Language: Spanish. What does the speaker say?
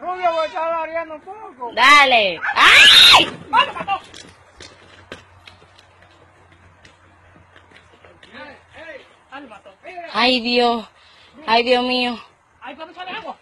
Rubio, porque está variando un poco. Dale. ¡Ay! ¡Vale, mató! ¡Ay, mató! Ay, Dios. Ay, Dios mío. ¡Ay, papi, sale agua!